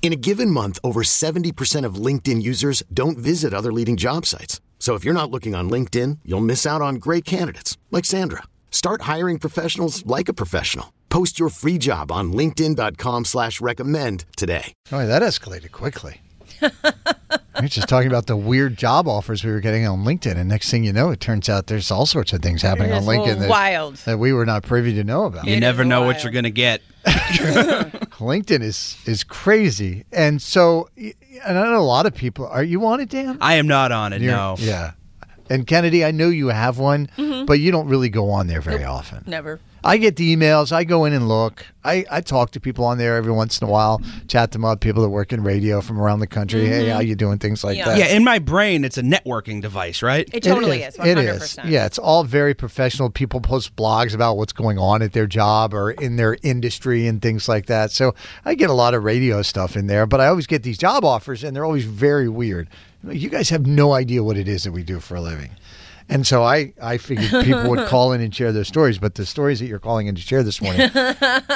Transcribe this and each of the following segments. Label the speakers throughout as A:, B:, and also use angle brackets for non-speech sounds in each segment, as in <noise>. A: In a given month, over 70% of LinkedIn users don't visit other leading job sites. So if you're not looking on LinkedIn, you'll miss out on great candidates like Sandra. Start hiring professionals like a professional. Post your free job on linkedin.com slash recommend today.
B: Oh, that escalated quickly. we are just talking about the weird job offers we were getting on LinkedIn, and next thing you know, it turns out there's all sorts of things happening on
C: It is
B: LinkedIn that,
C: wild.
B: that we were not privy to know about.
D: You
C: It
D: never
C: is
D: know
C: wild.
D: what you're going to get.
B: LinkedIn is is crazy, and so y- and I know a lot of people. Are you on it, Dan?
D: I am not on it.
B: You're-
D: no.
B: Yeah. And Kennedy, I know you have one,
C: Mm-hmm.
B: but you don't really go on there very often.
C: Never.
B: I get the emails. I go in and look. I, I talk to people on there every once in a while, chat them up. People that work in radio from around the country. Hey, how you doing? Things like
C: Mm-hmm. Yeah.
B: that.
D: Yeah, in my brain, it's a networking device, right?
C: It totally is. 100%.
B: It is. Yeah, it's all very professional. People post blogs about what's going on at their job or in their industry and things like that. So I get a lot of radio stuff in there, but I always get these job offers and they're always very weird. You guys have no idea what it is that we do for a living. And so I, I figured people
C: <laughs>
B: would call in and share their stories, but the stories that you're calling in to share this
C: <laughs>
B: morning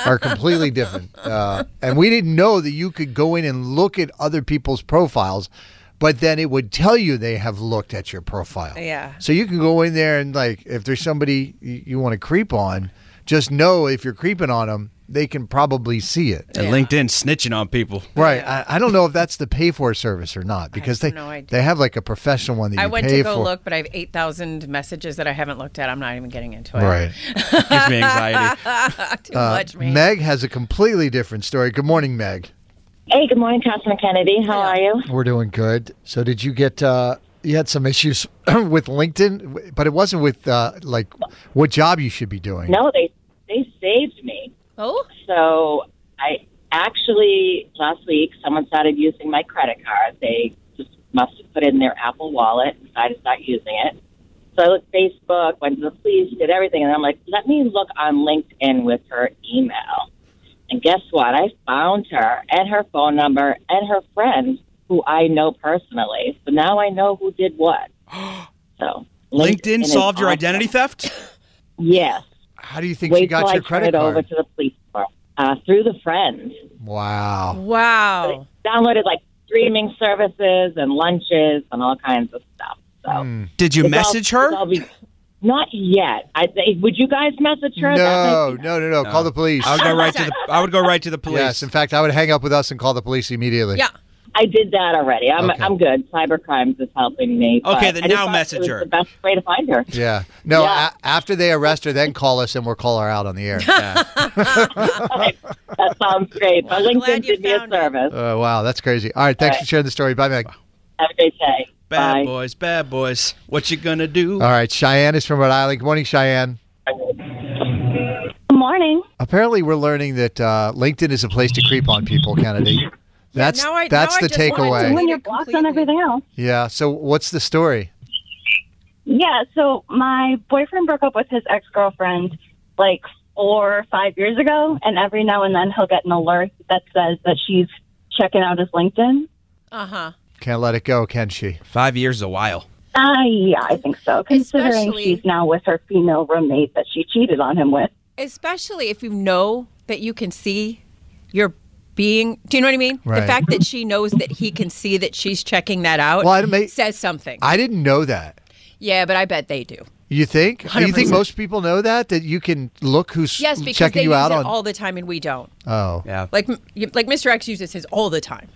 B: are completely different. Uh, and we didn't know that you could go in and look at other people's profiles, but then it would tell you they have looked at your profile.
C: Yeah.
B: So you can go in there and like, if there's somebody you, you want to creep on, just know if you're creeping on them, they can probably see it.
D: And LinkedIn snitching on people.
B: Right. I, I don't know if that's the pay for service or not because they
C: have no idea.
B: they have like a professional one that
C: I
B: you
C: went
B: pay
C: to go
B: for.
C: look, but I have 8,000 messages that I haven't looked at. I'm not even getting into it.
B: Right. Uh,
D: Gives me anxiety.
C: <laughs>
D: <laughs>
C: Too much, man.
B: Meg has a completely different story. Good morning, Meg.
E: Hey, good morning, Councilman Kennedy. How are you?
B: We're doing good. So did you get uh you had some issues <clears throat> with LinkedIn, but it wasn't with uh like what job you should be doing.
E: No, they they saved me.
C: oh,
E: So I actually last week someone started using my credit card. They just must have put it in their Apple Wallet and decided to start using it. So I looked Facebook, went to the police, did everything, and I'm like, let me look on LinkedIn with her email. And guess what? I found her and her phone number and her friend who I know personally. So now I know who did what.
D: <gasps>
E: So
D: LinkedIn
E: is
D: solved your
E: awesome.
D: identity theft?
E: Yes.
B: How do you think she
E: Wait till
B: got
E: I
B: your
E: turn
B: credit
E: it over
B: card?
E: to the police department uh, through the friend.
B: Wow.
C: wow.
E: Downloaded like streaming services and lunches and all kinds of stuff. So
D: Did Hmm. you
E: it's all-
D: message
E: it's all
D: her?
E: be- not yet. I, they- would you guys message her? That
B: No,
E: might be-
B: no, no, no. Call the police.
D: I would go right to the I would go right to the police.
B: Yes, in fact, I would hang up with us and call the police immediately.
C: Yeah.
E: I did that already. I'm
B: Okay.
E: I'm good. Cybercrimes is helping me. but
D: Okay, then
E: I just
D: now
E: thought
D: message
E: it was
D: her.
E: The best way to find her.
B: Yeah. No,
E: Yeah.
B: A- after they arrest her, then call us and we'll call her out on the
E: <laughs>
B: air.
E: That sounds great. But LinkedIn
C: glad you
E: did me a
C: found it.
E: service.
B: Uh, wow, that's crazy. All right, thanks for sharing the story. Bye, Meg.
E: Have a great day.
D: Bad
E: Bye.
D: boys, bad boys. What you gonna do?
B: All right, Cheyenne is from Rhode Island. Good morning, Cheyenne.
F: Good morning.
B: Apparently, we're learning that uh, LinkedIn is a place to creep on people, Kennedy. That's
C: now I-
B: that's
C: now I
B: the
C: just wanted to
B: takeaway.
C: win.
F: When you're blocked on
C: Completely.
F: everything else.
B: Yeah. So, what's the story?
F: Yeah, so my boyfriend broke up with his ex girlfriend like four or five years ago, and every now and then he'll get an alert that says that she's checking out his LinkedIn.
C: Uh huh.
B: Can't let it go, can she?
D: Five years is a while.
F: Uh, yeah, I think so, considering
C: Especially-
F: she's now with her female roommate that she cheated on him with.
C: Especially if you know that you can see your being. Do you know what I mean?
B: Right.
C: The fact that she knows that he can see that she's checking that out
B: Well, I don't make-
C: says something.
B: I didn't know that.
C: yeah, but I bet they do.
B: You think? You think
C: 100%.
B: most people know that that you can look who's
C: Yes, because
B: checking
C: they
B: you
C: use
B: out
C: it
B: on?
C: all the time and we don't.
B: oh,
D: Yeah.
C: Like, m- y- like Mr. X uses his all the time.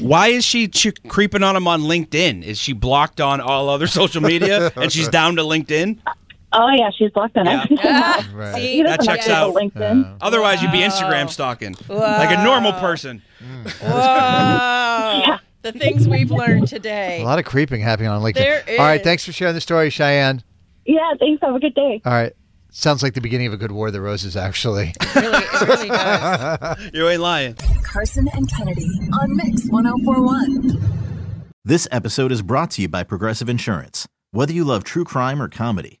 D: Why is she ch- creeping on him on LinkedIn? Is she blocked on all other social media and she's down to LinkedIn?
G: Oh yeah, she's blocked
F: <laughs>
G: on
D: Yeah.
G: everything.
C: Ah,
B: Right.
C: see?
G: She doesn't
D: That checks
G: have
D: out.
G: LinkedIn.
D: Otherwise, you'd be Instagram stalking like a normal person.
H: Whoa.
C: <laughs>
H: The things we've learned today.
B: A lot of creeping happening on LinkedIn.
H: There
B: All right,
H: is.
B: thanks for sharing the story, Cheyenne.
G: yeah, thanks. Have a good day.
B: All right. Sounds like the beginning of a good War of the Roses, actually.
C: really, it really does.
D: You ain't lying.
E: Carson and Kennedy on Mix 1041.
I: This episode is brought to you by Progressive Insurance. Whether you love true crime or comedy,